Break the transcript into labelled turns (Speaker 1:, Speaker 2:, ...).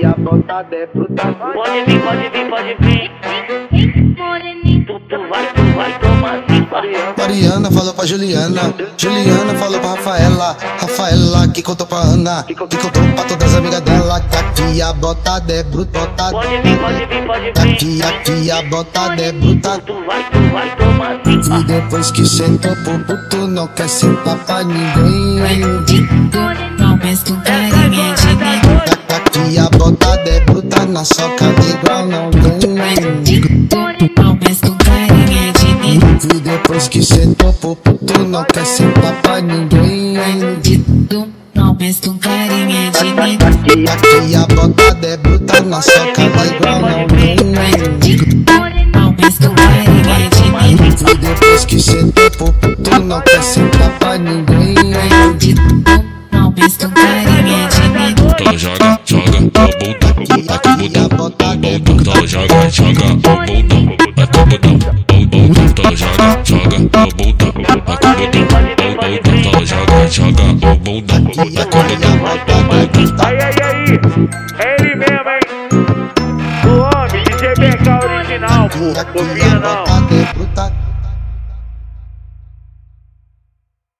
Speaker 1: e a bota de fruta.
Speaker 2: Pode vir, pode vir, pode vir. Tu, tu vai, tu vai tomar cinco.
Speaker 3: Mariana falou pra Juliana, Juliana falou pra Rafaela, Rafaela que contou pra Ana, que contou pra todas as amigas dela, que aqui a bota é bruta,
Speaker 2: Pode vir, pode vir, pode
Speaker 3: que aqui,
Speaker 2: vir.
Speaker 3: aqui a bota é bruta.
Speaker 2: Tu vai, tu vai tomar cinco.
Speaker 3: E depois que sentou pro puto, não quer sentar pra ninguém.
Speaker 4: Não pensa que um carinha de mim.
Speaker 3: Que aqui a bota é bruta, na socada igual não tem.
Speaker 4: Não pensa que um carinha de mim.
Speaker 3: E depois que sentou pro puto, não quer sentar pra ninguém.
Speaker 4: Não pensa que um carinha de mim.
Speaker 3: E aqui a bota é bruta, é na socada igual não tem.
Speaker 4: Não pensa que um carinha de mim.
Speaker 3: E depois que sentou pro puto, não quer sentar pra ninguém.
Speaker 4: Não pensa que um carinha de mim.
Speaker 5: Então joga, joga a bunda, bate o botão,
Speaker 3: é
Speaker 5: botão. Então joga, joga a bunda, bate o botão, botão. Então joga, joga a bunda, bate o botão, botão. Então joga, joga a bunda,
Speaker 3: E
Speaker 5: bate o
Speaker 3: aqui a
Speaker 5: botão.
Speaker 3: bota é bruta.
Speaker 2: Aí, aí, aí. É ele mesmo, hein? O homem, DJ BK original, pô.
Speaker 3: E aqui
Speaker 2: Copia
Speaker 3: a
Speaker 2: não.
Speaker 3: bota é bruta.